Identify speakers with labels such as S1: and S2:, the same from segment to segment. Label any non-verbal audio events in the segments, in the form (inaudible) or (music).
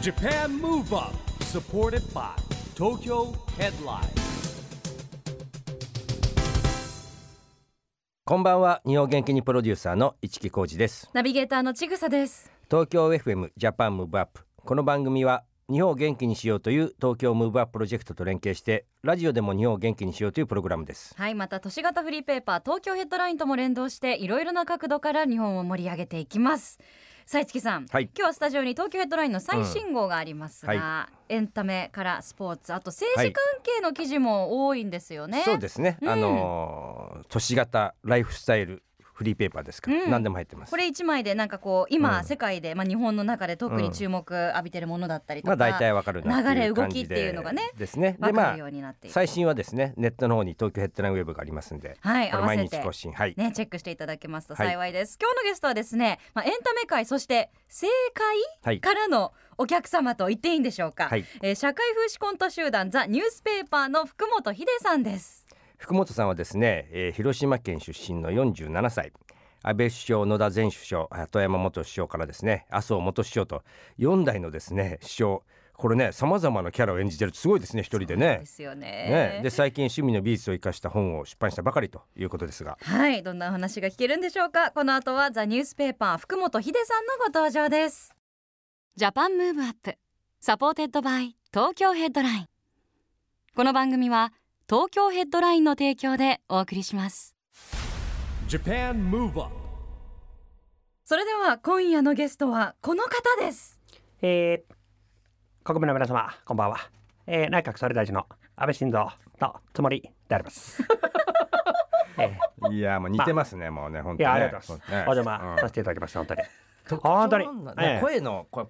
S1: Japan Move Up supported by Tokyo Headline
S2: こんばんは日本元気にプロデューサーの市木浩司です
S3: ナビゲーターのちぐさです。
S2: 東京 FM ジャパンムーブアップこの番組は日本を元気にしようという東京ムーブアッププロジェクトと連携してラジオでも日本を元気にしようというプログラムです
S3: はい、また都市型フリーペーパー東京ヘッドラインとも連動していろいろな角度から日本を盛り上げていきます。さいちきさん、
S2: はい
S3: 今日はスタジオに東京ヘッドラインの最新号がありますが、
S2: うんは
S3: エンタメからスポーツあと政治関係の記事も多いんですよね。
S2: そうですね、
S3: うん
S2: あのー都市型ライフスタイルフリーペーパーですから、
S3: うん
S2: 何でも入ってます
S3: これ一枚でなんかこう今、
S2: うん
S3: 世界でまあ日本の中で特に注目浴びてるものだったりと
S2: ま
S3: か、
S2: あ大体わかるなっていう
S3: 流れ動
S2: 感
S3: き
S2: じ
S3: ってい
S2: で
S3: うのがね
S2: ですねで
S3: わ
S2: ま
S3: か
S2: あ
S3: るようになっている。
S2: 最新はですねネットの方に東京ヘッドラインウェブがありますんで
S3: はい、
S2: こ
S3: 合
S2: れ
S3: わせ
S2: 毎日
S3: て
S2: 更新はい、
S3: ね、チェックしていただけますと
S2: はい
S3: 幸いです、今日のゲストはですね、まあ、エンタメ界そして政
S2: は
S3: 界
S2: い
S3: からのお客様と言っていいんでしょうか、
S2: はい
S3: えー社会風刺コント集団ザ・ニュースペーパーの福本秀さんです
S2: 福本さんはですね、えー広島県出身の47歳安倍首相野田前首相鳩山元首相からですね麻生元首相と4代のですね首相これねさまざまなキャラを演じてるってすごいですね一人で
S3: で
S2: ね。
S3: すよね
S2: ね、で最近趣味の美術を生かした本を出版したばかりということですが
S3: はいどんなお話が聞けるんでしょうかこの後はザ・ニュースペーパー福本秀さんのご登場ですジャパンムーブアップサポーテッドバイ東京ヘッドラインこの番組は東京ヘッドラインの提供でお送りします
S1: Japan Move Up
S3: それでは今夜のゲストはこの方です
S4: えー、国民の皆様こんばんは、えー、内閣総理大臣の安倍晋三のつもりであ
S2: (laughs)
S4: ります、え
S2: いやもう似てますね、もうね本
S4: ー、い
S2: 当
S4: や
S2: ね
S4: ありがとうございます、
S2: ね
S4: お邪魔させていただきました本当に本当に
S2: なんだ
S4: え
S2: ね
S4: え
S2: 声のこれ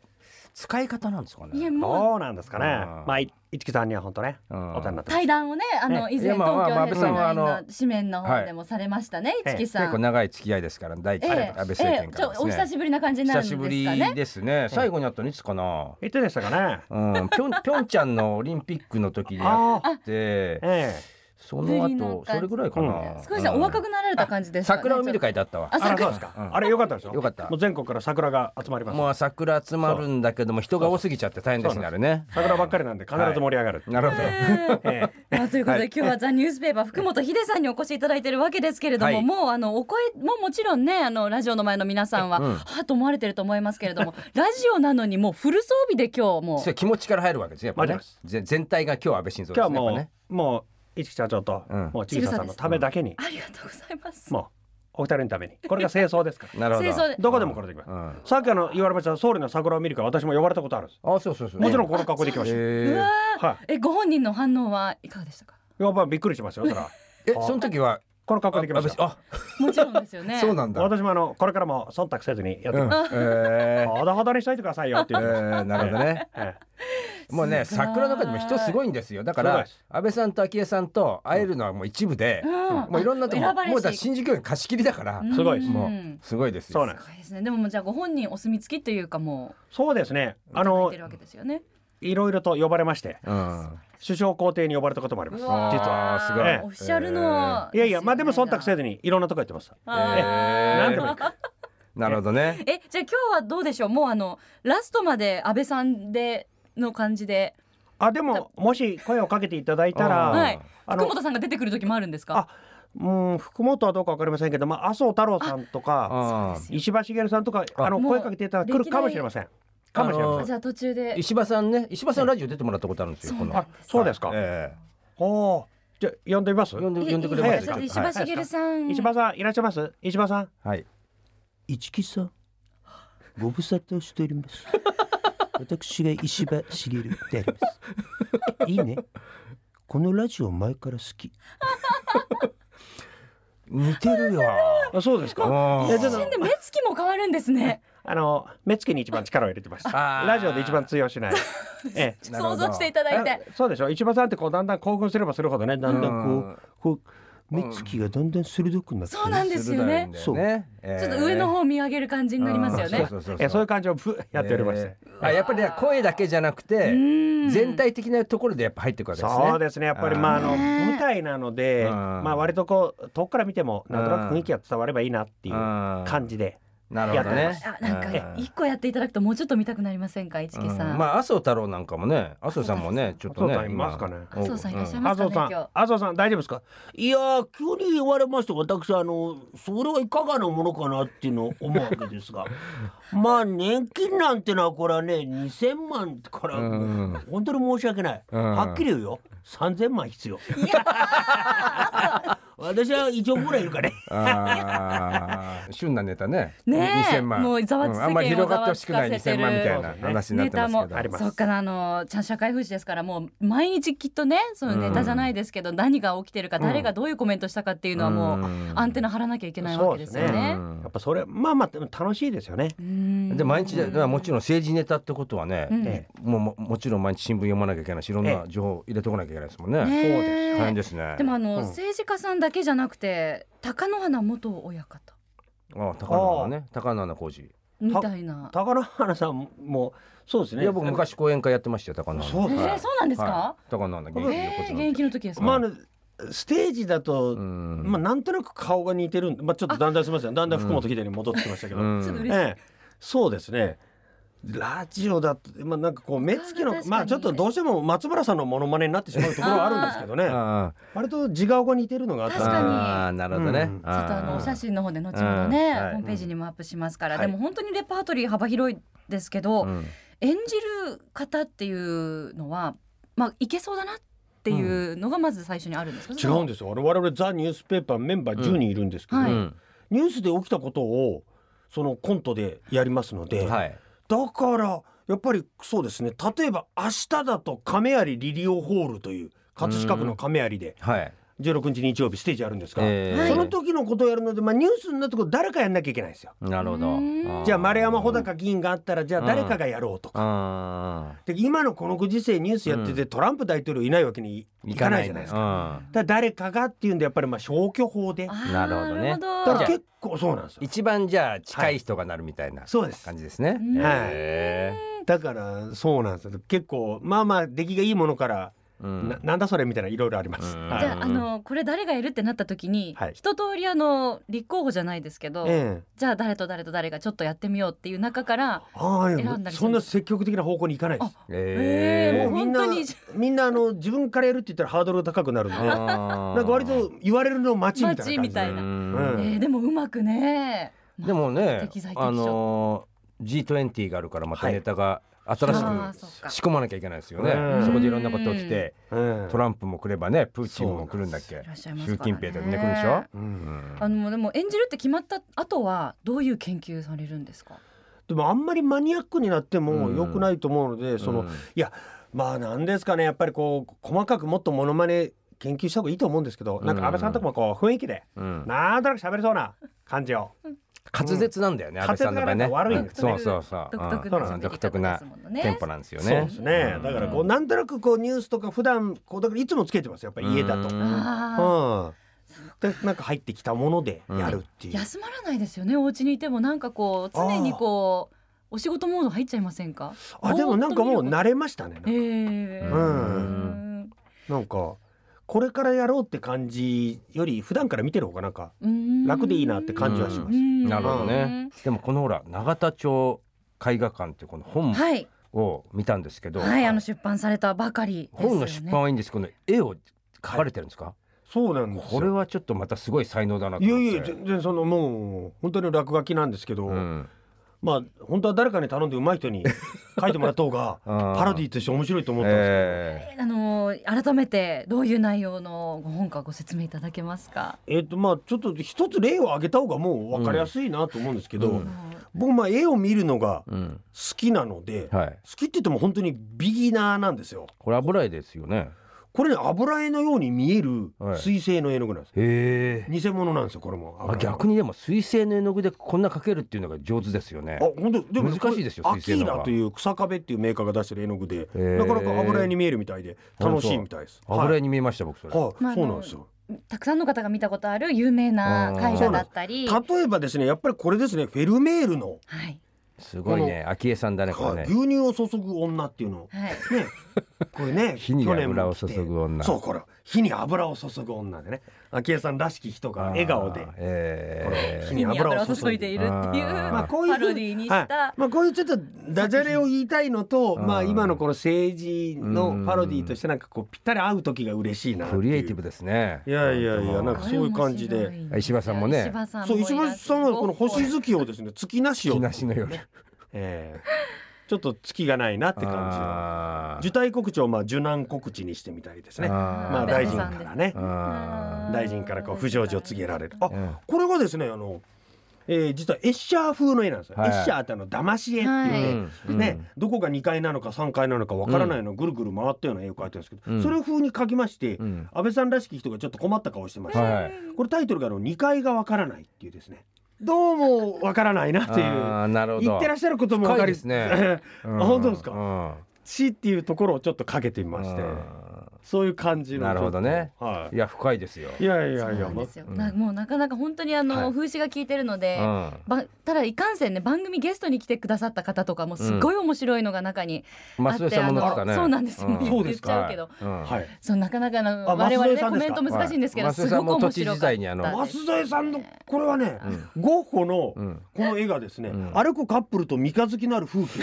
S2: 使い方なんですかね
S4: どうなんですかね
S2: うん
S4: まあい一木さんには本当ねお
S2: う
S4: 世
S2: ん
S4: 話になってます
S3: 対談をねあの
S4: ええ
S3: 以前
S2: いやまあ
S3: 東京ヘッドライン
S2: まあ安倍さんはあの
S3: の紙面の方でもされましたね
S4: はい
S3: 一木さ
S2: 結構
S3: ん
S2: 長い付き合いですから第一
S3: え
S2: 安
S3: え
S2: 倍政権から
S3: ええ
S2: です
S3: ちょお
S2: ね
S3: 久しぶりな感じになるん
S2: 久
S3: です
S2: し
S3: か
S2: ぶ
S3: ね
S2: りですね。最後にあったのいつかな。
S4: いつでしたかね
S2: うん、ぴょん、ぴょんちゃんのオリンピックの時にや
S4: ああ
S2: って、
S4: ええ
S2: その
S3: ぶりの
S2: 後、
S3: 感じ
S2: それぐらいかな。
S3: 少しお若くなられた感じ
S2: う
S3: で
S2: ん
S3: すかね
S2: 桜を見る
S3: ちょっ
S2: 会だったわ
S3: あ。
S4: あらそうですか、
S2: うん
S4: あれよかったでしょ
S2: よかった
S4: もう全国から桜が集まります、
S2: もう桜集まるんだけども、人が多すぎちゃって大変ですね、あれね。
S4: 桜ばっかりなんで必ず盛り上がる、
S2: なるほど。
S3: と (laughs)
S4: ええ
S3: まあということで、
S2: はい
S3: 今日はザニュースペーパー福本秀さんにお越しいただいてるわけですけれども、
S2: はい
S3: もうあのお声ももちろんねあのラジオの前の皆さんは、
S2: うん
S3: はあと思われてると思いますけれどもラジオなのにもうフル装備で今日もう
S2: そう、気持ちから入るわけですよ。やっぱね
S4: マジです。
S2: ぜ全体が今日は安倍晋三
S4: 今日は
S2: ですね。や
S4: も
S2: っ
S4: う、
S2: ぱね
S4: もう一木社長と、
S2: うん
S4: もうちぐささんのためだけに、
S3: ありがとうございます。
S4: もうお二人のためにこれが清掃で
S2: (laughs)
S4: すから
S2: なるほ
S3: 清掃
S2: ど
S3: で。
S4: どこでもこれできます、
S2: うん
S4: さっきあの言われました総理の桜を見るから私も呼ばれたことあるんです、
S2: あ、そうそうそう。
S4: もちろんこの格好で行きました、
S3: うわ
S2: え
S3: ー
S4: はい
S3: えご本人の反応はいかがでしたか。
S4: やっぱびっくりしましたよそら
S2: え、その時は。
S4: この格好で行きま
S2: 安
S4: し
S2: 倍
S4: たよ
S2: あ、
S3: もちろんですよね。
S2: (laughs) そうなんだ。
S4: 私もあのこれからも忖度せずにやって
S2: うん
S4: いきま
S2: え
S4: すほどほどにしといてくださいよって
S2: ー
S4: 言ってまし
S2: えーなるほどね。
S4: た、え
S2: もうね
S3: すごい
S2: 桜の中でも人すごいんですよだか
S4: そうで
S2: ら
S4: す
S2: 安倍さんと昭恵さんと会えるのはもう一部で、
S3: うん
S2: もういろんなとこ
S3: 選ばれし
S2: もうだから新宿御苑貸し切りだから、
S3: うん
S4: すごいです
S2: も
S3: う
S2: うんすごいです
S4: え
S2: よ
S4: そうなん
S3: す
S4: です
S3: ごいですね。でももうじゃあご本人お墨付きというかも
S4: そうですね
S3: う
S4: あ
S3: 頂い
S4: の
S3: てるわけですよね。
S4: いろいろと呼ばれまして
S2: うん
S4: 首相公邸に呼ばれたこともあります
S3: う
S4: 実
S3: わー
S4: は
S2: はすごい
S3: オフィシャルの、
S4: いやいやまあでも忖度せ
S3: ず。
S4: ずにいろんなとこ行ってます
S2: え
S3: あー
S2: ー
S4: 何でも行く
S2: なるほどね
S3: えじゃあ今日はどうでしょう。もうあのラストまで安倍さんでの感じで
S4: あでももし声をかけていただいたら、
S2: あー
S3: はい。
S4: あ
S3: 福
S4: の
S3: 本さんが出てくる時もあるんですか。
S4: あうん福本はどうかわかりませんけど、まあ、麻生太郎さんと
S2: う
S4: か
S2: ん
S3: そうですよ
S4: 石破茂さんとかあの
S3: もう
S4: 声かけていただくるかもしれませんかもしれま
S2: あ
S4: せ
S2: の
S4: ん
S3: じゃあ途中で。
S2: 石破さんね石破さんラジオ出てもらったことあるんですよ
S3: そう
S2: こ
S3: なん
S2: の
S3: です
S4: そうですか、
S2: え
S4: おーじゃあ呼んでみます
S2: え呼ん
S3: い
S2: で
S3: い
S2: 呼んでくれますか
S3: それ
S2: は
S3: で
S2: い
S3: 石破茂さん。
S4: 石破さんいらっしゃいます石破さん
S2: はい
S5: 一木さんご無沙汰しており
S3: (laughs)
S5: ます私が石破茂でありますいいねこのラジオ前から好き
S2: 似てるよ
S4: あそうですか
S2: うん
S4: いやちょっ
S3: 一
S4: と
S3: 瞬で目つきも変わるんですね。
S4: あの目つきに一番力を入れてました
S2: あー
S4: ラジオで一番通用しないええ
S2: (laughs) なるほ
S3: 想
S2: ど
S3: 像していただいて。
S4: あそうでしょ石破さんってこうだんだん興奮すればするほどねだ
S5: だ
S4: ん
S5: ん
S4: だ
S5: だ
S4: ん
S5: ん
S4: こ
S5: こ
S4: う、
S5: う,、こう目つきがだんだん鋭くなってね
S3: そうなんですよね。
S2: 鋭いんだよね
S3: ちょっと上の方を見上げる感じになりますよ
S2: うん
S3: ね。
S2: そうそうそう
S4: ええそういう感じをふやっておりまして、
S2: えーあやっぱりね声だけじゃなくて
S3: ん
S2: 全体的なところでやっぱ入ってくるわけですね。
S4: そうですねやっぱりまああの
S3: ね
S4: 舞台なので
S2: うん
S4: まあ割とこう遠くから見てもなんとなく雰囲気が伝わればいいなっていう
S2: 感
S4: 感じで
S2: なるほど
S6: やっ
S2: ね
S6: て
S3: あなんか
S2: うん
S3: 一個やっていただくともうちょっと見たくなりませんか市木さん、
S2: うんまあ麻生太郎なんかもね麻生さんもねちょっとね
S6: 麻生さんいますかね
S2: 今
S3: 麻生さんいらっしゃい
S2: うん
S3: ま
S6: 麻
S3: すかね
S6: 生さん
S3: 今日
S6: 麻生さん大丈夫ですか
S4: いやー急に言われましたが私あのそれはいかがなものかなっていうのを思うわけで
S3: (laughs)
S4: すがまあ年金なんてのはこれはね2,000万から、
S2: うん
S4: 本当に申し訳ない、
S2: うん
S4: はっきり言うよ3,000万必要私は1億ぐらいいるからね
S2: あ
S3: (laughs)
S2: ー旬なネタね
S3: ねえ
S2: 2000万
S3: もうざわつ世間を
S2: ん、あんまり広がってほしくない
S3: ざわつか
S2: 2000
S3: せてる
S2: 万みたいな話になっ
S3: ネ
S2: てま
S3: タ
S2: す
S3: も
S2: けど、
S6: あります
S3: そうかなあのちゃん社会風刺ですからもう毎日きっとねそのネタじゃないですけど、何が起きてるか誰がどういうコメントしたかっていうのはもう、
S2: うん
S3: アンテナ張らなきゃいけないわけですよ
S6: そうです
S3: ね。
S2: うん
S6: やっぱそれまあまあでも楽しいですよね
S3: うん
S2: で毎日で、まあもちろん政治ネタってことはね、
S3: うん
S6: え
S2: もうももちろん毎日新聞読まなきゃいけないしいろん
S6: え
S2: な情報を入れてこなきゃいけないですもんね。
S3: ねえ
S2: 大変ですね。
S3: でもあの、
S6: うん
S3: 政治家さんだけじゃなくて貴乃花元親方
S2: あ高野花ね高野花浩二。
S3: みたいな。
S4: 高野花さんもそうですね
S2: いや僕昔講演会やってましたよ高野花。
S4: そう
S3: え
S4: ですね
S3: ー、そうなんですか
S2: は、い高野花元気
S3: え
S2: 横
S3: ー、
S2: 綱
S3: 現役の時ですか、
S4: まああのステージだと、
S2: うん
S4: まあなんとなく顔が似てるんでまあちょっとだんだんすみませんだんだん福本秀に戻ってきましたけど、
S2: うん
S3: ちょっと嬉しい、
S4: ええ、そうですね。ラジオだと、まあ、なんかこう目つき
S3: あー
S4: の
S3: 確かに
S4: まあちょっとどうしても松村さんのモノマネになってしまうところはあるんですけどね
S2: あ
S4: 割と自顔が似てるのがあっ
S2: あ
S4: た
S3: 確かに
S2: あーなるほどね。
S4: うん
S2: あ
S3: ちょ
S2: ー
S3: っとあのお写真の方で後ほどね、
S2: うんはい
S3: ホームページにもアップしますから、
S4: はい
S3: でも本当にレパートリー幅広いですけど、
S2: うん
S3: 演じる方っていうのはまあいけそうだなっていうのがまず最初にあるんですか、
S4: 違うんですよ我々ザ・ニュースペーパーメンバー10人いるんですけど、
S3: はい
S2: うん
S4: ニュースで起きたことをそのコントでやりますので、
S2: はい。
S4: だからやっぱりそうですね例えば明日だと亀有リリオホールという葛飾区の亀有で
S2: はい。
S4: 16日日曜日ステージあるんですが、
S2: えー
S4: その時のことをやるので、まあ、ニュースになったこと誰かやんなきゃいけないんですよ。
S2: なるほ
S3: う
S2: ど
S3: ー。ん
S4: じゃあ丸山穂高議員があったらじゃあ誰かがやろうとか、
S2: あ
S4: で今のこのご時世ニュースやってて、トランプ大統領いないわけに
S2: ー
S4: いかないじゃないですか。
S2: か
S4: だから誰かがっていうんでやっぱりまあ消去法で
S3: あ
S4: だ
S3: ー
S2: なるほどね
S3: なる
S4: か
S3: ほ
S4: ら
S3: ど
S4: 結構そうなんです
S2: うん
S4: よ。
S2: 一番じゃあ近い人がなるみたいな
S4: そうです
S2: 感じですね。
S3: うん
S4: はい
S2: へ
S4: だからそうなんですよ結構まあまあ出来がいいものから、
S2: ーうん
S4: ななんだそれみたいないろいろあります。
S2: うん
S4: はい
S3: じゃああのこれ誰がいるってなった時に、
S4: はい
S3: 一通りあの立候補じゃないですけど、
S4: ええ
S3: じゃあ誰と誰と誰がちょっとやってみようっていう中から
S4: ああい
S3: 選んだ
S4: や
S3: りする
S4: そんな積極的な方向に行かないです。
S3: えー
S2: え
S4: もうみんな
S3: 本当に
S4: みんなあの自分からやるって言ったらハードルが高くなるんで
S2: ー。
S4: (laughs) なん
S2: な
S4: か割と言われるのを待ちみたいな感じで
S3: 待ちみたいな
S4: うん
S3: えーでもうまくね
S2: でもね
S3: 適材、適所
S2: あのー G20 があるからまた
S4: はい
S2: ネタが新し
S3: あー
S2: く
S3: そっか
S2: 仕込まなきゃいけないですよね。
S4: うん
S2: そこでいろんなこと起きて、
S4: うん
S2: トランプも来ればね、プーチンも来るんだっ
S3: い
S2: け
S3: らっ、しゃいます
S2: 習
S3: から
S2: 近
S3: ね
S2: 平とかね来るでしょ。
S4: うん
S3: あのでも演じるって決まった後はどういう研究されるんですか
S4: でもあんまりマニアックになっても
S2: うん
S4: 良くないと思うので、そ
S2: う
S4: の、
S2: ん
S4: いやまあなんですかねやっぱりこう細かくもっとモノマネ研究した方がいいと思うんですけど、なんか安倍さんとかもこう雰囲気で
S2: うん
S4: なんとなく喋れそうな感じを、
S2: 滑舌なんだよね、安倍さんの場合ね。
S4: 滑舌がなんか悪いん
S2: う
S4: です
S2: そ
S4: よ
S2: うそうそう。
S3: 独特
S4: そう
S3: な
S4: な
S2: うんん独特な
S3: 喋り方ですもん
S2: テン
S3: ね
S2: ポなんですよ
S4: そう
S2: ね
S4: で。すね、
S2: うん
S4: だからこうなんとなくこうニュースとか普段こうだからいつもつけてますやっぱり家だと。
S2: う
S4: うんん
S3: あ
S4: でなんか入ってきたものでやるっ
S3: ー
S4: ていう、
S3: 休まらないですよねお家にいてもなんかこう常にこうお仕事モード入っちゃいませんか
S4: あでもなんかもう
S3: ぼーっと見るこ
S4: 慣れましたねなん
S3: とえ
S4: か
S3: ー
S4: うん
S3: うん
S4: なんかこれからやろうって感じより普段から見てる方がなんか
S3: うん
S4: 楽でいいなって感じはしま
S3: う
S4: す。
S3: ん
S2: なるほどね。でもこのほら永田町絵画館っていうこの
S3: うん
S2: 本
S3: はい
S2: を見たんですけど、
S3: はいあの出版されたばかりですよね
S2: 本の出版はいいんですけど、絵を描かれてるんですか、
S4: そうなんですよ
S2: これはちょっとまたすごい才能だなと
S4: い
S2: 思
S4: や
S2: って
S4: いや全然そのもう本当に落書きなんですけど、
S2: うん
S4: まあ本当は誰かに頼んで上手い人に書いてもらった
S2: (laughs)
S4: 方が
S2: あー
S4: パロディーとして面白いと思ったんですけ
S2: え
S4: ど、
S3: あのー改めてどういう内容のご本かご説明いただけますか。
S4: えっ、とまあちょっと一つ例を挙げた方がもう分かりやすいなと思うんですけど、
S2: うんう
S3: あ
S2: ん
S3: の
S4: 僕まあ絵を見るのが
S2: えうん
S4: 好きなので、好
S2: はい
S4: きって言っても本当にビギナーなんですよ。
S2: これ油絵ですよね
S4: これね油絵のように見える
S2: はい
S4: 水性の絵の具なんです。
S2: へえ
S4: 偽物なんですよこれも。
S2: あ逆にでも水性の絵の具でこんな描けるっていうのが上手ですよね
S4: あ本当でも
S2: 難しいですよ
S4: これア
S2: 水
S4: キ
S2: 性の
S4: ー
S2: 方が
S4: ラという草壁っていうメーカーが出してる絵の具で
S2: ー
S4: なかなか油絵に見えるみたいで楽しいみたいです。
S2: 油
S4: 絵
S2: 絵に見えました僕それ、
S4: はい、
S3: まああの
S4: そうなんですよ。
S3: たくさんの方が見たことある有名な絵画だったり。は
S4: 例えばですねやっぱりこれですねフェルメールの、
S3: い。
S2: すごいね昭恵さんだねこれ
S4: 牛
S2: ね
S4: 乳を注ぐ女っていうの
S3: はい。
S4: ねこれ
S2: (laughs)
S4: ね
S2: 火に
S4: 去年も
S2: 油を注ぐ女
S4: 来てそうこれ火に油を注ぐ女でね昭恵さんらしき人が笑顔で
S2: あー、え
S4: こ
S2: ー
S4: の火に油を注いで
S3: いるっていう
S2: あー
S4: まあこういうふ
S3: パロディにした、
S4: はいまあ、こういうちょっとダジャレを言いたいのと、
S2: うん
S4: まあ、今のこの政治のパロディとしてなんかこうぴったり合う時が嬉しいなっていう
S2: クリエイティブですね
S4: いやいやいやなんかそういう感じで
S3: 面白い
S2: 石破さんもね
S3: 石破さんも
S4: そう石橋さんはこの星
S3: いらっしゃる
S4: 月をですね月なしを
S2: 木、梨の夜
S4: ええちょっと月がないなって感
S2: あー
S4: じ受胎告知をまあ受難告知にしてみたいですね
S2: あー
S4: まあ大臣からね
S2: あ
S4: 大臣からこう不祥事を告げられるあ
S2: ーうん
S4: これがですねあの、えー実はエッシャー風の絵なんですよ、
S2: はい
S4: エッシャーってあの騙し絵っていうね、
S2: うん
S4: ね、どこが2階なのか3階なのかわからないのをぐるぐる回ったような絵を描いてるんですけど、
S2: うん
S4: それを風に描きまして、
S2: うん
S4: 安倍さんらしき人がちょっと困った顔をしてました、
S2: はい
S4: これタイトルがあの2階がわからないっていうですねどうもわからないなっていう
S2: あーなるほど
S4: 言ってらっしゃることもわかり
S2: 深いです
S4: (laughs) あ本当ですか
S2: うん
S4: 死っていうところをちょっとかけてみまして
S2: う
S4: そういう感じの
S2: なるほどね
S4: ちょっとは
S2: んいや深いですよ
S4: い、いやいやい
S3: そ
S4: や
S3: うなんですよ、
S2: うん
S3: なもうなかなか本当にあの、
S4: はい
S3: 風刺が効いてるので、
S2: うん
S3: ばただいかんせんね番組ゲストに来てくださった方とかもすごい面白いのが中にあって、
S2: 増江さんも乗ってたね
S3: あのそうなんですよ
S2: ん
S4: そうですか
S3: 言っちゃうけど
S2: うん
S4: はい
S3: そうなかなかあの
S4: あ
S3: 我々ね
S4: 舛添さ
S3: コ
S4: んです
S3: メ
S4: か
S3: ント難しいんですけど、
S2: はい
S3: すごく
S2: 舛添さんも都
S3: 面白
S2: 知事時
S3: かっ
S2: 代にあの
S3: たです
S4: 増添さんのこれはね、ゴッホの
S2: うん
S4: この絵がですね、
S2: うん
S4: 歩くカップルと三日月なる
S2: (laughs)
S4: 風景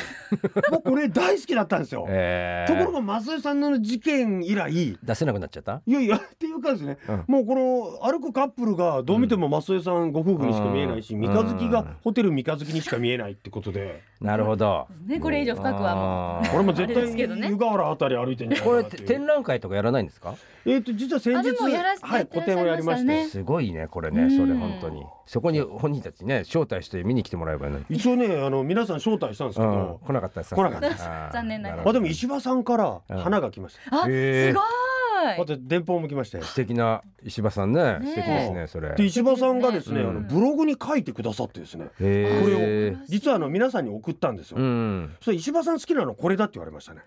S4: もうこれ大好きだったんですよ、
S2: えー
S4: ところが増井さんの事件以来い
S2: 出せなくなっちゃった
S4: やいやっていうかですね、
S2: うん
S4: もうこの歩くカップルがどう見ても増井さんご夫婦にしか見えないし、
S2: うん
S4: 三日
S2: う
S4: 月
S2: ん
S4: がホテル三日月にしか見えないってことで、
S2: なるほど
S3: ねこれ以上深くはも
S2: あー
S4: これも絶
S3: あれで
S4: 対
S3: すけどね
S4: 湯河原あたり歩いてんじゃない
S2: こ
S4: か
S2: れ
S4: なって
S2: て
S4: いう
S2: 展覧会とかやらないんですか
S4: えっ、と実は先
S3: あで
S4: 日
S3: もやらせて
S4: はいい
S3: た
S4: 個
S3: だきましたね
S4: 展をやりまして、
S3: ね
S2: すごいねこれ
S3: う
S2: ね
S3: ん
S2: それ本当にそこに本人たちね招待して見に来てもらえばいいのに
S4: 一応ねあの皆さん招待したんですけ
S2: うん
S4: ど、
S2: 来なかったです
S4: 来なかった
S2: さすがに
S3: 残念ながら
S2: る
S4: ま
S2: ほ
S4: あで
S2: ど
S4: も石破さんから花が来ました、
S3: あ
S2: へー
S3: すご
S4: ま
S3: い
S4: た電報も来ましたよ
S2: 素敵な石破さんね
S3: ねえ
S2: 素敵ですねそれ
S4: で石破さんがですね、
S2: うん
S4: あのブログに書いてくださってですねこれ
S2: へ
S4: を
S2: ー
S4: 実はあの皆さんに送ったんですよ、
S2: うん
S4: それ石破さん好きなのこれだって言われましたね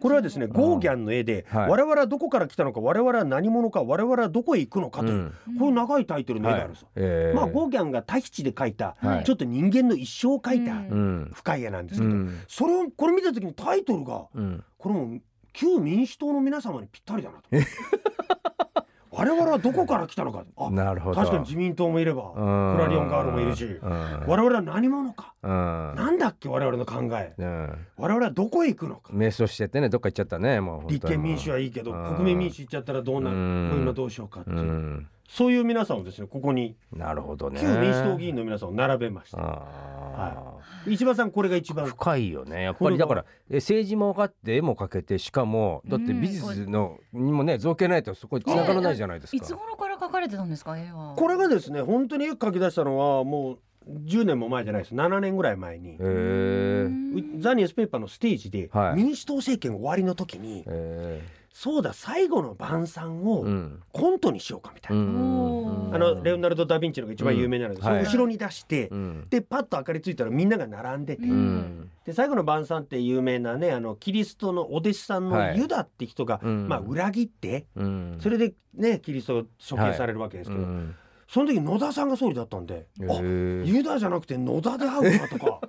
S4: これはですねゴーギャンの絵で、
S2: はい
S4: 我々はどこから来たのか我々は何者か我々はどこへ行くのかという、こういう長いタイトルの絵があるんですよ、
S2: えー
S4: まあゴーギャンがタヒチで描いた、
S2: はい
S4: ちょっと人間の一生を描いた
S3: うん
S2: うん
S4: 深い絵なんです
S2: う
S4: けど、
S2: ん
S4: それをこれ見た時にタイトルが
S2: うん
S4: これも旧民主党の皆様にぴったりだなと (laughs) 我々はどこから来たのかあ
S2: なるほど
S4: 確かに自民党もいれ
S2: う
S4: ば
S2: ん
S4: クラリオンガールもいるし
S2: うん
S4: 我々は何者か
S2: うん
S4: なんだっけ我々の考え
S2: うん
S4: 我々はどこへ行くのか
S2: 瞑想しててねどっか行っちゃったねもう本当に
S4: 立憲民主はいいけど
S2: うん
S4: 国民民主行っちゃったらどうなる
S2: うん
S4: もう今どうしようかって
S2: う
S4: いうんそういう皆さんをですねここに
S2: なるほどね
S4: 旧民主党議員の皆さんを並べました
S2: あ
S4: 石破さんこれが一
S2: ー
S4: 番
S2: 深いよねやっ
S4: こ
S2: ぱ
S4: れ
S2: り
S4: は
S2: だからえ政治も分かって絵も描けてしかもだって美術のにもね造形ないとそこに繋がらないじゃないです
S3: い
S2: か
S3: つ頃から描かれてたんですか絵は
S4: これがですね本当によく書き出したのはもう10年も前じゃないです7年ぐらい前に
S2: へー
S4: うザ・ニュースペーパーのステージで
S2: はい
S4: 民主党政権終わりの時に
S2: え
S4: そうだ最後の晩餐
S2: ーう
S4: を
S2: ん
S4: コントにしようかみたいな
S2: うん
S3: おー
S4: あのレオナルド・ダ・ヴィンチのが一番有名なの
S2: う
S4: で
S2: ん
S4: その
S2: はい
S4: 後ろに出して
S2: うん
S4: でパッと明かりついたらみんなが並んでて
S3: う
S2: うんん
S4: で最後の晩餐って有名なねあのキリストのお弟子さん
S2: は
S4: の
S2: い
S4: ユダって人が
S2: うん
S4: まあ裏切って
S2: うん
S4: それでねキリストを処刑されるわけですけど
S2: うん
S4: その時野田さんが総理だったんで
S2: へ
S4: あ
S2: ー
S4: ユダじゃなくて野田で会うかとか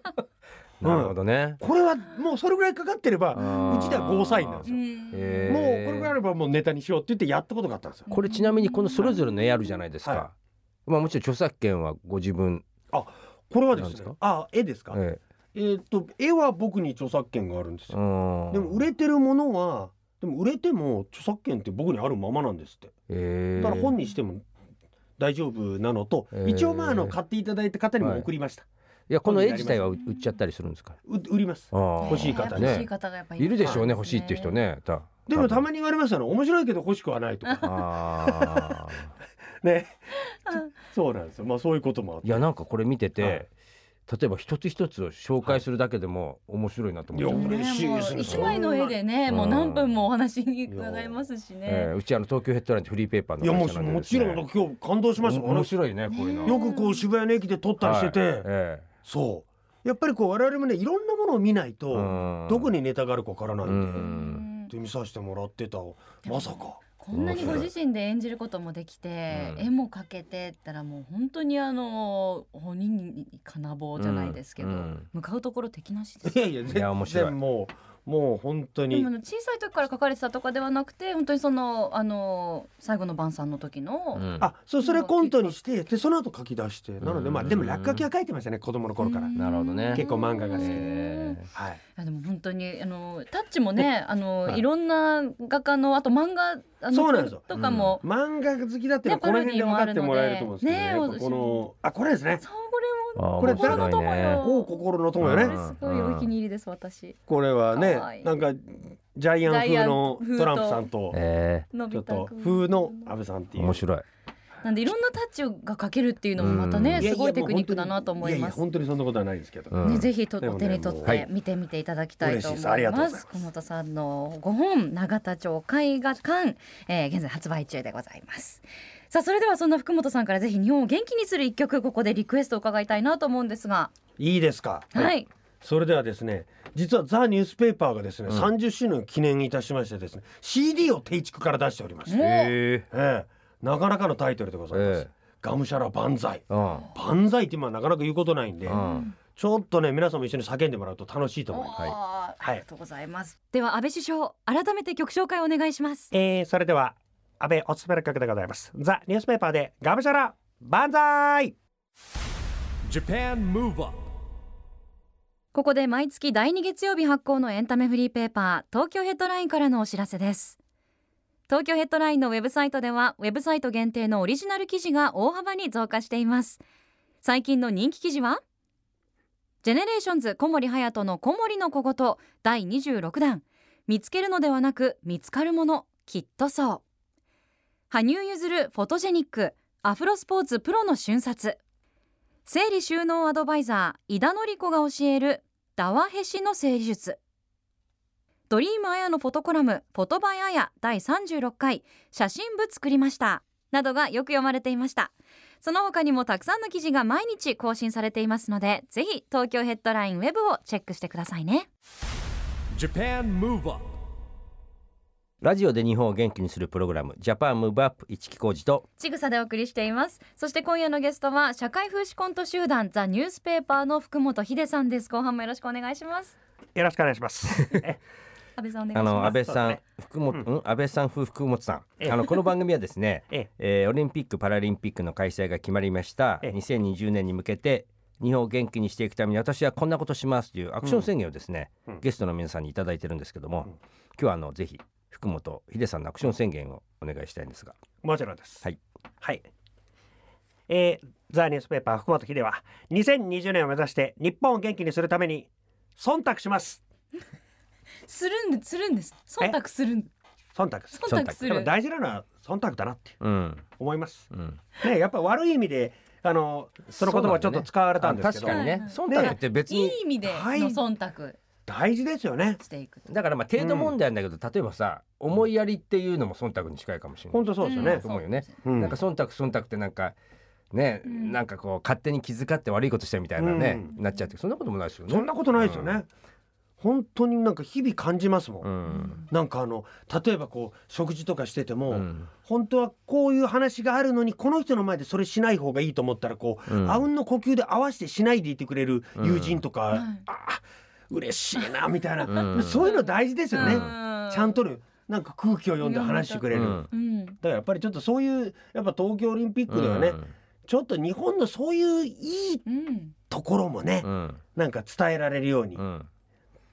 S2: なるほどね
S4: これはもうそれぐらいかかってれば
S2: う
S4: うちではゴーサインなんですよ
S2: へ
S4: も
S2: ー
S4: うこれぐらいあればもうネタにしようって言ってやったことがあったんですよ。
S2: これちなみにこのそれぞれの絵あるじゃないですか、
S4: は
S2: まあもちろん著作権はご自分、
S4: これはです
S2: なんです
S4: ね
S2: か
S4: あ絵ですか、
S2: え
S4: えーっと絵は僕に著作権があるんです
S2: え
S4: よ、
S2: うん
S4: でも売れてるものはでも売れても著作権って僕にあるままなんですって
S2: ええ
S4: だから本にしても大丈夫なのと、
S2: えー
S4: 一応まああの買っていただいた方にも送りました、
S2: いやこの絵自体は売っちゃったりするんですか
S4: う売ります
S2: あー
S4: 欲しい方ね
S3: ね欲しい方がやっぱ
S2: いるでしょうね、
S3: は
S2: 欲しいっていう人ねた
S4: でもたま
S2: に
S4: に言われましたの面白いけど欲しくはないとか
S2: あ (laughs)
S4: ねそうなんですよまあそういうこともあっ
S2: ー
S4: て
S2: いやなんかこれ見てて、
S4: はい
S2: 例えば一つ一つを紹介するだけでも面白いなと思っちゃう、
S4: いや
S3: ね
S4: 嬉しいですね
S3: もう一枚の絵でね、
S2: うん
S3: もう何分もお話に伺いますし
S2: え
S3: ね
S2: え。うちあの東京ヘッドラインってフリーペーパーの
S4: いやも
S2: 会
S4: う
S2: 社なんで
S4: も
S2: です
S4: ち
S2: ね
S4: ろん今日感動しました
S2: お面白いねこういうの
S4: よくこう渋谷の駅で撮ったりしてて、
S2: はいえ
S4: そうやっぱりこう我々もねいろんなものを見ない
S2: え
S4: と
S2: うん
S4: どこにネタがあるかわからないんで、
S2: う
S3: うんん
S4: で見させてもらってたまさか
S3: こんなにご自身で演じることもできて、
S2: うん
S3: 絵も描けてったらもう本当にあの本人金棒じゃないですけど、
S2: うんうん
S3: 向かうところ敵なしです
S7: いやいや、
S2: いや面
S7: 全
S2: 白い
S7: 然もう、もう本当
S3: で
S7: に
S3: もあ。の小さい時から書かれてたとかではなくて本当にそのあの最後の晩餐の時の、
S2: うん
S7: あ、そう、それコントにして、で、その後書き出して、なので、まあ、
S2: うん
S7: でも落書きは書いてましたね、子供の頃から
S3: う。ん
S2: なるほどね
S7: 結構漫画が好きで
S3: うんい
S7: はい。
S3: やでも本当にあのタッチもねあの、
S7: はい
S3: い、ろんな画家のあと漫画あの
S7: そうなんですよ
S3: とかも、
S7: 漫画好きだっていうのは
S3: ね
S7: この辺で分かってもらえると思うんですけどね
S3: パロディもあるのでね
S7: やっぱこのあこれですね
S3: そうこれ
S2: あー
S7: これ
S2: 面白いね
S3: 心の友よ
S7: お心の友よね、
S2: うん
S3: もこれすごいお気に入りです私
S7: これはね
S3: かわいい
S7: なんかジャイアン風の
S3: ジャイアン風と
S7: トランプさんと
S2: え
S3: の
S7: ち
S3: び
S7: ょっ
S3: 太
S7: と
S3: くん
S7: 風の安倍さんって
S2: ー、
S7: いう
S2: 面白い
S3: なんでいろんなタッチが書けるっていうのもま
S2: う
S3: たね、
S2: ん
S7: いやいや
S3: すごいテクニックだなと思い
S7: や
S3: ま
S7: や
S3: す。
S7: 本当にそんなことはないですけど、
S2: うん
S3: ね、ぜひと
S7: でも
S3: お
S7: ね
S3: 手に取っ
S7: もうは
S3: て
S2: い
S3: 見てみていただきたいと思い
S7: 嬉しいですありがとう
S3: ま。
S7: ございますす
S3: 小本さんの5本永田町絵画館、えー現在発売中でございます。さあそれではそんな福本さんからぜひ日本を元気にする一曲ここでリクエストを伺いたいなと思うんですが、
S7: いいですか
S3: はい、
S7: それではですね実はザ・ニュースペーパーがですね、
S2: うん
S7: 30周年を記念いたしましてですね CD を定築から出しておりまして、
S3: ね
S2: え
S7: ええなかなかのタイトルでございます、
S2: ええ
S7: ガムシャラ万歳
S2: ー、
S7: 万歳って今なかなか言うことないんで、
S2: うんうん
S7: ちょっとね皆さんも一緒に叫んでもらうと楽しいと
S3: お
S7: 思います。
S3: ーありがとうございます。では安倍首相改めて曲紹介お願いします。
S4: えー、それでは安倍おすすめの曲でございますザ・ニュースペーパーでガムシャラ万歳
S1: Japan Move Up
S3: ここで毎月第2月曜日発行のエンタメフリーペーパー東京ヘッドラインからのお知らせです東京ヘッドラインのウェブサイトではウェブサイト限定のオリジナル記事が大幅に増加しています最近の人気記事はジェネレーションズ小森隼人の小森の小言第26弾見つけるのではなく見つかるものきっとそう羽生結弦フォトジェニックアフロスポーツプロの瞬殺整理収納アドバイザー井田典子が教えるダワヘシの整理術ドリームアヤのフォトコラム「フォトバイアヤ第36回写真部作りました」などがよく読まれていましたその他にもたくさんの記事が毎日更新されていますのでぜひ東京ヘッドラインウェブをチェックしてくださいね
S1: Japan Move Up
S2: ラジオで日本を元気にするプログラムジャパンムーブアップ一木工事と
S3: ちぐさでお送りしていますそして今夜のゲストは社会風刺コント集団ザ・ニュースペーパーの福本秀さんです後半もよろしくお願いします
S4: よろしくお願いしますえ
S3: 安倍さんお願いします
S2: あの安倍さん、
S4: そう
S2: 福本、うん、安倍さん夫福本さ
S4: ええ
S2: ん。あのこの番組はですね、
S4: (laughs) え
S2: えーオリンピックパラリンピックの開催が決まりました。
S4: ええ
S2: 2020年に向けて日本を元気にしていくために私はこんなことしますというアクション宣言をですね、
S7: うん
S2: ゲストの皆さんにいただいてるんですけども、
S7: うん
S2: 今日はあのぜひ福本秀さんのアクション宣言をお願いしたいんですが、
S4: もちろんです
S2: はい
S4: はいえー、ザ・ニュースペーパー福本秀は2020年を目指して日本を元気にするために忖度します
S3: するんでするんです忖度するん
S4: 忖度する
S3: 忖度す
S4: でも
S3: る
S4: 大事なのは忖度だなって
S2: うん
S4: 思います
S2: うん、
S4: ねやっぱ悪い意味であのその言葉をちょっと使われたんですけど、
S2: そうなんだよねあ確かにね、忖度って別
S3: い
S2: に
S3: い意味での
S4: はい
S3: 忖度
S4: 大事ですよね
S3: していくと、
S2: だからまあ程度問題なんだけど、例えばさ思いやりっていうのも忖度に近いかもしれない
S4: 本。当そうですよ
S3: う
S4: ね
S3: ん、
S2: 思うよね
S4: うん
S2: なんか忖度忖度ってなんかね、
S3: ん
S2: なんかこう勝手に気遣って悪いことしたみたいなね、なっちゃってそんなこともないですよね。
S7: そんなことないですよね、
S2: う
S7: 本当になんか日々感じますもん、
S2: うん。
S7: なんかあの例えばこう食事とかしてても、
S2: うん
S7: 本当はこういう話があるのにこの人の前でそれしない方がいいと思ったらこう、
S2: うん
S7: あうんの呼吸で合わせてしないでいてくれる友人とか、
S3: ん
S7: あ嬉しいなみたいな、
S2: うん
S7: そういうの大事ですよね、
S3: うん
S7: ちゃんとねなんか空気を読んで話してくれる、
S2: うん
S3: うん
S7: だからやっぱりちょっとそういうやっぱ東京オリンピックではね、ちょっと日本のそういういい
S3: うん
S7: ところもね、
S2: うん
S7: なんか伝えられるように、
S2: うん。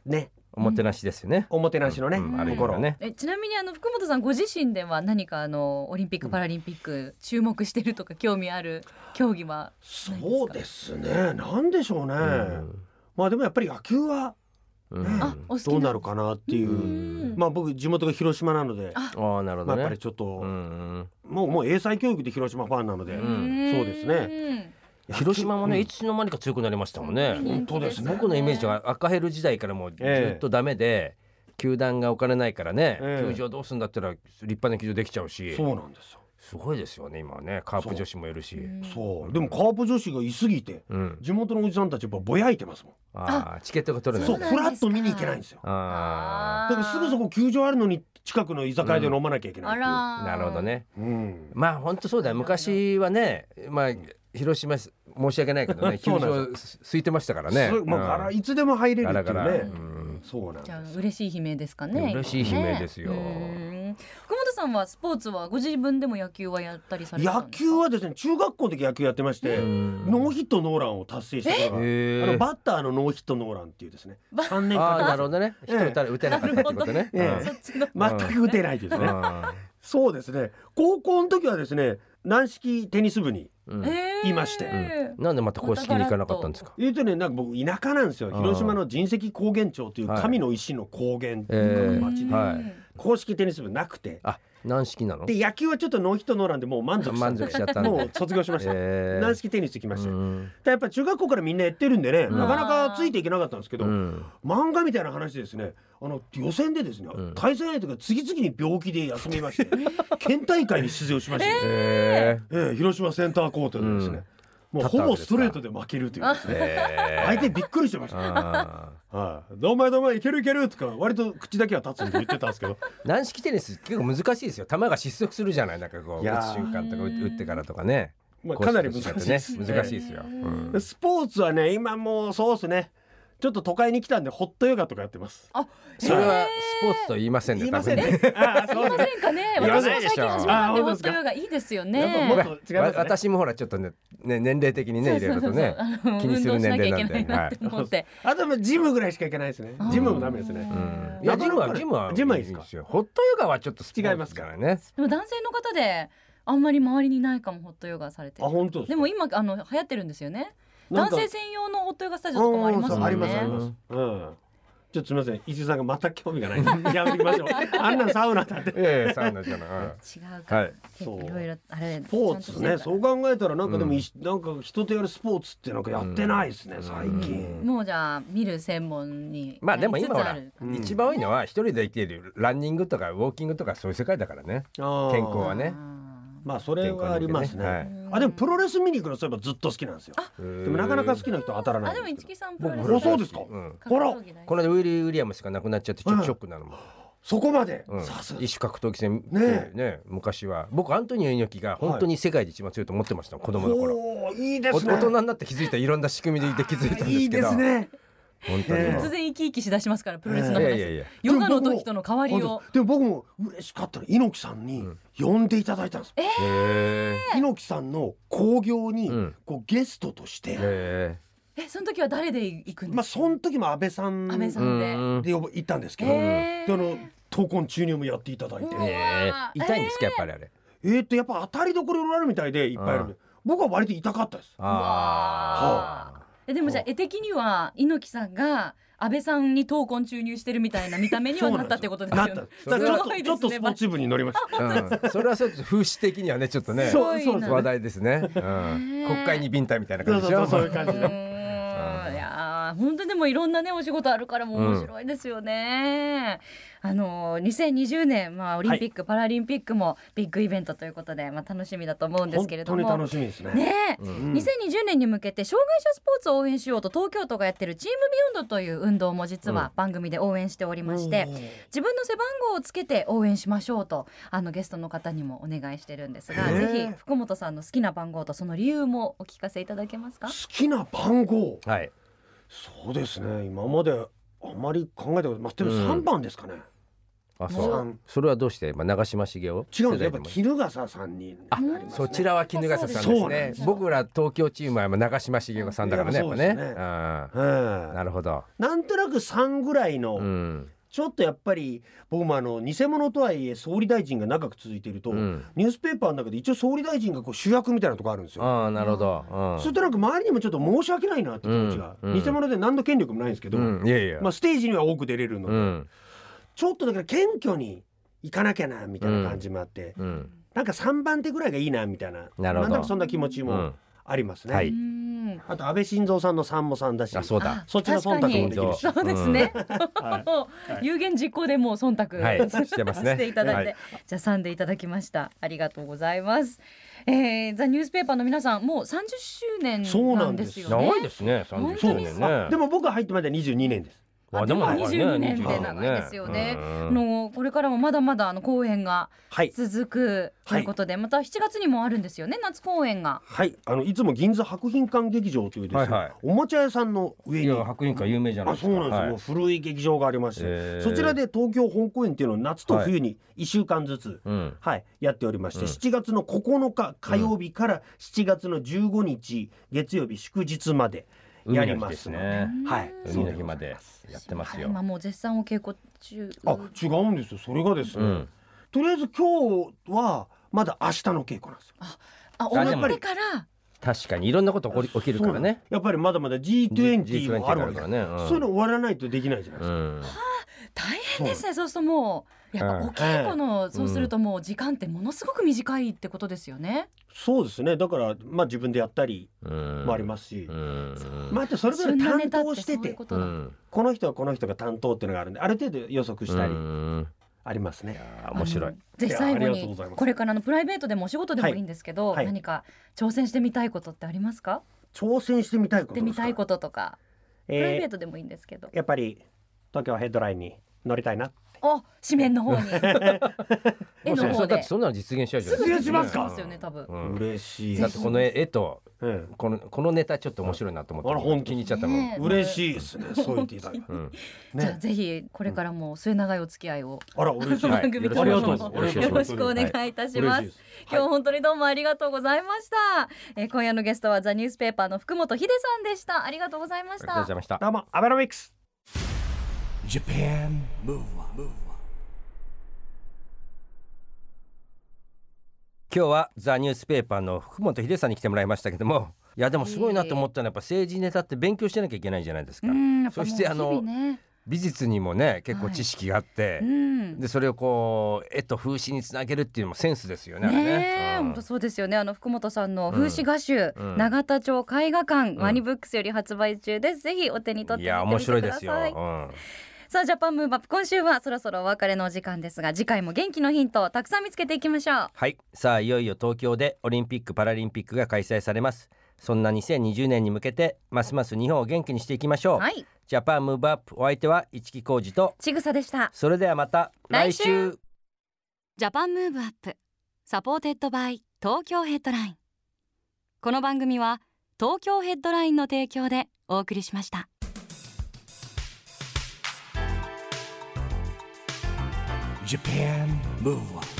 S7: ね
S2: おもてなしですよね。
S7: おもてなしのね、
S2: うんある意味
S7: 心
S2: はね。
S3: えちなみにあの福本さんご自身では何かあのオリンピックパラリンピック注目してるとか興味ある競技は
S7: そうですねなんでしょうね、
S2: うん
S7: まあでもやっぱり野球は
S2: うん
S7: ね
S3: あお好き
S7: どうな
S3: る
S7: るかなっていう、
S3: うん
S7: まあ僕地元が広島なので、
S3: あ
S2: ああなるほど
S7: まあ、やっ
S2: ね
S7: ぱり。ちょっと、
S2: うん
S7: もうもう英才教育で広島ファンなので、
S2: ん
S7: そうです
S3: ね
S2: うん、広島もね、いつの間にか強くなりましたもんね。
S7: 本当ですね
S2: 僕のイメージは赤ヘル時代からもうず
S7: ええ
S2: っとダメで、球団がお金ないからね、
S7: ええ
S2: 球場どうすんだったら立派な球場できちゃうし
S7: そうなんですよ、
S2: すごいですよね今はねカープ女子もいるし。
S7: そうでもカープ女子がいすぎて
S2: うん、
S7: 地元のおじさんたちやっぱぼやいてますもん
S2: ああチケットが取れない
S7: そう
S3: なんです
S7: フ
S3: か
S7: ラッと見に行けないんですよ
S2: あ
S7: だ
S3: ー
S7: からすぐそこ球場あるのに近くの居酒屋で飲まなきゃいけない
S3: あ
S7: っていう
S3: ら
S2: あなるほどね
S7: うん
S2: まあ本当そうだよ昔はねまあ広島す申し訳ないけどね球
S4: (laughs) そうなん
S2: 場す空いてましたからね
S4: すごいもうガラいつでも入れるって
S2: ガラ
S4: い
S2: ガラう
S4: うね
S2: ん。
S4: そうなん
S3: じ
S4: で
S3: ゃあ
S4: す。
S3: 嬉しい悲鳴ですかね。
S2: 嬉しい悲鳴ですよ
S3: ねうん福本さんはスポーツはご自分でも野球はやったりされてた
S4: 野
S3: んです
S4: 球
S3: か。
S4: はですね中学校の時野球やってまして、ノーヒットノーランを達成したことがある
S2: へ
S4: あ
S2: ー
S4: のバッターのノーヒットノーランっていうですね
S3: バ
S4: 3年
S2: ああな
S4: か
S2: るほどね。
S4: え
S2: 一人打たれ打てなかったってことね。
S4: ええ
S3: そっちの
S4: けて全く打てないっていうですね、そうですね高校の時はですね軟式テニス部に
S2: うんうん
S3: えー
S4: いまして
S2: なんでまた公式に行かなかったんですか。
S4: 言うとねなんか僕田舎なんですよ
S2: ん
S4: 広島の神石高原町という
S2: はい
S4: 神の石の高原って
S2: え
S4: いう
S2: ー
S4: 町で、
S2: はい
S4: 公式テニス部なくて
S2: あ軟式なの。
S4: で野球はちょっとノーヒットノーランでもう満足したんで
S2: 満足しちゃったんで
S4: もう卒業しました、
S2: えー
S4: 軟式テニス行きました、
S2: うん
S4: やっぱ中学校からみんなやってるんでね、
S2: うん
S4: なかなかついていけなかったんですけど、
S2: うん
S4: 漫画みたいな話でですねあの予選でですね、
S2: うん
S4: 対戦相手が次々に病気で休
S2: (laughs)
S4: みまして県大会に出場しまして、え
S2: えー
S4: え広島センターコートでですね、もうほぼストレートで負けるというですね
S2: えー
S4: 相手びっくりしてました、
S2: あ
S4: はい、どうもどうもいけるいけるとか割と口だけは立つんで言ってたんです (laughs) けど
S2: ー軟式テニス結構難しいですよ。球が失速するじゃない。なんかこう
S4: いやー
S2: 打つ瞬間とか打打ってからとかね。
S4: まあかなり難しい
S2: 公式と
S4: で
S2: 違
S4: す、
S2: ってね。難しいですよ。うん
S4: スポーツはね今もうそうですねちょっと都会に来たんでホットヨガとかやってます
S2: それはスポーツと言いませんね。
S4: 言いませんねああそう
S3: いませんかね。
S2: いや
S3: 私も最近始めたんでホ
S4: いやないでしょあ本当で
S3: ッ
S4: す
S3: ト
S4: か
S3: ヨガいいですよ
S4: やっぱ
S3: ね
S4: (laughs) も。
S2: 多
S4: っと
S2: 分。
S4: 違いますね
S2: わ私もほらちょっとねね年齢的にねいろいろとね
S3: そうそうそうそうあの
S2: 気にする年齢なんで。
S3: 運動しなきゃいけないな
S2: は
S3: っ
S2: い
S3: て。思って。
S4: あとはジムぐらいしか行けないですね
S3: あー
S4: ジムもダメですね
S2: いやジムはジムは
S4: ジムはいいですか
S2: よ。ホットヨガはちょっとスポーツ
S4: 違いますか
S2: からね。
S3: でも男性の方であんまり周りにいないかもホットヨガされて
S4: あ
S3: る。
S4: 本当です
S3: で
S4: か
S3: も今あの流行ってるんですよね。
S4: なん
S3: 男
S4: か
S3: 性専用のホットヨガスタジオとかもありますもん
S4: うん
S3: ね。
S4: ありますありますうんちょっとすみません石井さんがまた興味がない (laughs) んでやめてきましょうあんなんサウナだって
S2: ええサウナじゃない。
S3: 違うか。
S2: はい。
S3: 結構
S4: そう
S3: いろいろあれ。
S4: スポーツねそう考えたらなんかでも、いしなんか人とやるスポーツってなんかやってないですね、最近、
S3: もうじゃあ見る専門に
S2: まあでも今ほら
S3: なりつつある
S4: うん
S2: 一番多いのは一人で生きているランニングとかウォーキングとかそういう世界だからね。
S4: あー
S2: 健康はね
S3: あ
S4: まあそれはありますね
S2: 健康
S3: にねはい
S4: あでもプロレス見に行くのそういえばずっと好きなんですよ
S2: で
S4: でもなかなか好きな人当たら
S3: ー
S4: な
S3: あ
S4: い
S3: で
S4: ん
S3: も
S4: です
S3: 一
S4: け
S3: 木
S4: ど
S3: さんプロレス
S4: 僕あそうですか
S2: うん。
S3: 格闘技大好き
S2: この間ウィリー・ウィリアムスが亡くなっちゃってちょっ
S4: は
S2: と
S4: い
S2: ショックなのも。
S4: そこまで、
S2: うん
S4: さすが
S2: 一種格闘技戦って
S4: ね
S2: ね昔は僕アントニオ猪木が本当に世界で一番強いと思ってました子供の頃。
S4: おーいいで
S2: お
S4: すね
S2: 大人になって気づいたいろんな仕組みで気づいたんですけど
S4: いいですね
S2: 本当に
S4: え
S3: 突然生き生きしだしますからプロレスの
S2: い
S3: 話、
S2: やいやいや
S3: ヨガの時との変わりを
S4: でも僕も嬉しかったの猪木さんに呼んでいただいたんです、
S2: へ
S4: 猪木さんの興行に
S2: うん
S4: こうゲストとして、
S2: え
S3: えその時は誰で行くん
S4: ま
S3: で
S4: あ
S3: す
S4: その時も安倍さん
S3: か安倍さ
S2: うん
S3: で、
S2: ん
S4: で呼ば行ったんですけど、
S3: へー
S4: であの闘魂注入もやっていただいて、
S3: うわ
S4: え
S2: えー痛いんですかやっぱりあれ
S4: ーっとやっぱ当たりどころあるみたいでいっぱいあるんで、僕は割と痛かったです。
S2: ああ
S3: えでもじゃあ絵的には猪木さんが安倍さんに闘魂注入してるみたいな見た目にはなったってことですよね
S4: なっただからちょっと、
S3: す
S4: ちょ
S3: ご
S4: っと
S3: い
S4: ス
S3: です
S4: ポー
S3: ね
S4: ツ部に乗りました。
S2: うんそれはちょっと風刺的にはねちょっとね
S3: すごいな
S4: そうそう
S2: 話題ですねうん国会にビンタみたいな感じでしょ
S4: そうそうそういう感じ
S3: うーんいやー本当にでもいろんなねお仕事あるからもう面白いですよね。あのー2020年まあオリンピック、パラリンピックもビッグイベントということでまあ楽しみだと思うんです
S4: 本
S3: けれど
S4: 当に
S3: も
S4: 楽。しみですね。
S3: ねえ、
S4: ん
S3: 2020年に向けて障害者スポーツを応援しようと東京都がやってるチームビヨンドという運動も実は番組で応援しておりまして、
S4: おー
S3: 自分の背番号をつけて応援しましょうとあのゲストの方にもお願いしてるんですが、
S4: へえ
S3: ぜひ福本さんの好きな番号とその理由もお聞かせいただけますか
S4: 好きな番号。
S2: はい
S4: そうですね。今まであまり考えたこと、まあ、でも
S2: うん
S4: 三番ですかね。
S2: あそう
S4: う
S2: それはどうしてまあ長嶋茂雄
S4: 違うんです。やっ
S2: 世代で
S4: ぱ
S2: も
S4: 衣笠さんになりますね。
S2: そちらは衣笠さんで
S4: そ
S2: す
S4: うなん
S2: ね
S4: です
S2: 僕ら東京チームはまあ長嶋茂雄さんだからねやっぱね
S4: やっぱそうですね
S2: う
S4: うん
S2: んなるほど
S4: なんとなく3ぐらいの、
S2: うん
S4: ちょっとやっぱり僕もあの偽物とはいえ総理大臣が長く続いていると、
S2: うん
S4: ニュースペーパーの中で一応総理大臣がこう主役みたいなとこあるんですよ。
S2: ああなるほどうん
S4: それとなんか周りにもちょっと申し訳ないなって気持ちが、
S2: うんうん
S4: 偽物で何の権力もないんですけど、
S2: うんいやいや
S4: まあ、ステージには多く出れるので、
S2: うん
S4: ちょっとだから謙虚に行かなきゃなみたいな感じもあって、
S2: うん
S4: なんか3番手ぐらいがいいなみたいな
S2: なるほど
S4: んとなくそんな気持ち
S2: う
S4: も
S2: ん
S4: ありますね。
S2: は
S3: う
S2: い
S3: ん
S4: あと安倍晋三さんの3も3だし
S2: あそうだ
S3: あ
S4: そっちの忖度もできるし
S3: そうですね。 (laughs)
S4: は
S3: もう有言実行でもう忖度、
S2: はいしてますね
S3: していただいて、
S2: はい
S3: じゃあさんでいただきました。ありがとうございます。えー、ザニュースペーパーの皆さんもう30周年
S4: そう
S3: な
S4: なんん
S3: で
S4: ですす
S3: よね。
S2: 長いですね、三十周
S3: 本当に
S2: 年
S4: あ
S2: ね。
S4: でも僕が入ってまで22年です。
S3: あでも
S2: 若いね
S3: 22年
S2: 22
S3: で長いですよね
S2: うん
S3: あ
S2: うん
S3: のこれからもまだまだあの公演が
S7: はい
S3: 続くということで、また7月にもあるんですよね夏公演が
S7: はいあのいつも銀座博品館劇場というですね、
S2: はいはい
S7: おもちゃ屋さんの上
S2: い
S7: に
S2: や白銀館有名じゃない
S7: あ
S2: です
S7: そ
S2: か
S7: うなんです、
S2: はい
S7: もう古い劇場がありまして、
S2: へー
S7: そちらで東京本公演っていうのを夏と冬に1週間ずつ、
S2: うん
S7: はい、やっておりまし
S2: う
S7: て、
S2: ん
S7: 7月の9日火曜日から7月の15日月曜日祝日までやります
S2: 海
S7: の
S2: の
S7: で
S2: 日ですね
S7: はい
S2: 海の日までやってますよ
S3: 今もう絶賛お稽古中
S7: あ違うんですよそれがです
S2: う
S7: ね、
S2: ん
S7: とりあえず今日はまだ明日の稽古なんですよ
S3: あ
S2: あで
S3: 終
S2: も
S3: わってから
S2: 確かにいろんなこと起こり起きるからね
S7: やっぱりまだまだ G20 もあるわけだ
S2: ねうん
S7: そういうの終わらないとできないじゃないで
S2: う
S7: すか、
S2: ん
S3: 大変ですねそうするともうやっ
S2: うん
S3: ぱお稽古の、そうするともう時間ってものすごく短いってことですよね、
S7: そうですねだからまあ自分でやったり
S2: うん
S7: もありますし、
S2: うん
S7: まあ、あとそれぞれ
S3: 旬なネ
S7: 担
S3: タっ
S7: 当して
S3: そうい
S7: て
S3: うこと
S2: う
S3: だ
S2: ん
S7: この人はこの人が担当っていうのがあるんである程度予測したり
S2: うん
S7: ありますね、
S2: あ面白
S3: あ
S2: い
S3: のぜひ
S7: いや
S3: 最後
S7: ありがとうご
S3: に
S7: ざいます
S3: これからのプライベートでもお仕事でも
S7: はい
S3: いいんですけど、
S7: はい
S3: 何か挑戦してみたいことってありますか？
S7: 挑戦してみた
S3: や
S7: いこと
S3: ってみたい
S7: と、
S3: こととか、プライベ
S7: え
S3: ートでもいいんですけど、
S4: やっぱり東京ヘッドラインに乗りたいな
S3: お紙面
S7: (laughs)
S3: の方に絵の
S2: そ
S3: 方
S2: うだって
S3: で
S2: そんなの実現しちゃうじゃん
S7: 実現します
S3: そ
S7: か
S3: うですよね多分。
S2: うん
S7: 嬉しい
S2: だってこの絵と
S7: ええ
S2: このこのネタちょっと面白いなと思って
S7: あら本当
S2: 気に入っちゃったもん、
S3: ねえ
S7: 嬉しいですねそう言っていただいて
S2: うん、
S3: じゃあ
S7: ね
S3: ぜひこれからも末永いお付き合いを、
S7: あら嬉しい、
S2: はい
S3: 番組と
S7: ありが
S3: も
S7: とうございます
S3: よろしくお願いいたします。
S7: 嬉しいです
S3: 今日本当にどうもありがとうございました。えー今夜のゲストはザニュースペーパーの福本秀さんでした。ありがとうございま
S2: あ
S3: し
S2: りがとう
S3: た
S2: ござ。いました
S4: どうもアベノミクス
S1: Japan Move Up,
S2: 今日はザニュースペーパーの福本秀さんに来てもらいましたけどもいやでもすごいなと思ったのはやっぱ政治ネタって勉強してなきゃいけないじゃないですか、
S3: うん、やっぱ
S2: そ
S3: もう
S2: し
S3: 日
S2: てあの
S3: 々ね。
S2: 美術にもね結構知識があって、
S3: うん。
S2: でそれをこう絵と風刺につなげるっていうのもセンスですよねあれ
S3: ねえ、
S2: うん
S3: 本当そうですよね。あの福本さんの風刺画集、
S2: うん
S3: 永田町絵画館、
S2: ん
S3: ワニブックスより発売中です。ぜひお手に取
S2: い
S3: って
S2: や
S3: み
S2: 面
S3: て
S2: 白
S3: み
S2: い
S3: てく
S2: です
S3: だ
S2: よ、
S3: さい。
S2: うん
S3: さあ、ジャパンムーバップ、今週はそろそろお別れのお時間ですが、次回も元気のヒントをたくさん見つけていきましょう。
S2: はいさあいよいよ東京でオリンピック・パラリンピックが開催されますそんな2020年に向けてますます日本を元気にしていきましょう、
S3: はい、
S2: ジャパンムーブアップお相手は市木浩二と
S3: ちぐさでした。
S2: それではまた
S3: 来週ジャパンムーブアップサポーテッドバイ東京ヘッドラインこの番組は東京ヘッドラインの提供でお送りしました「
S1: Japan Move Up.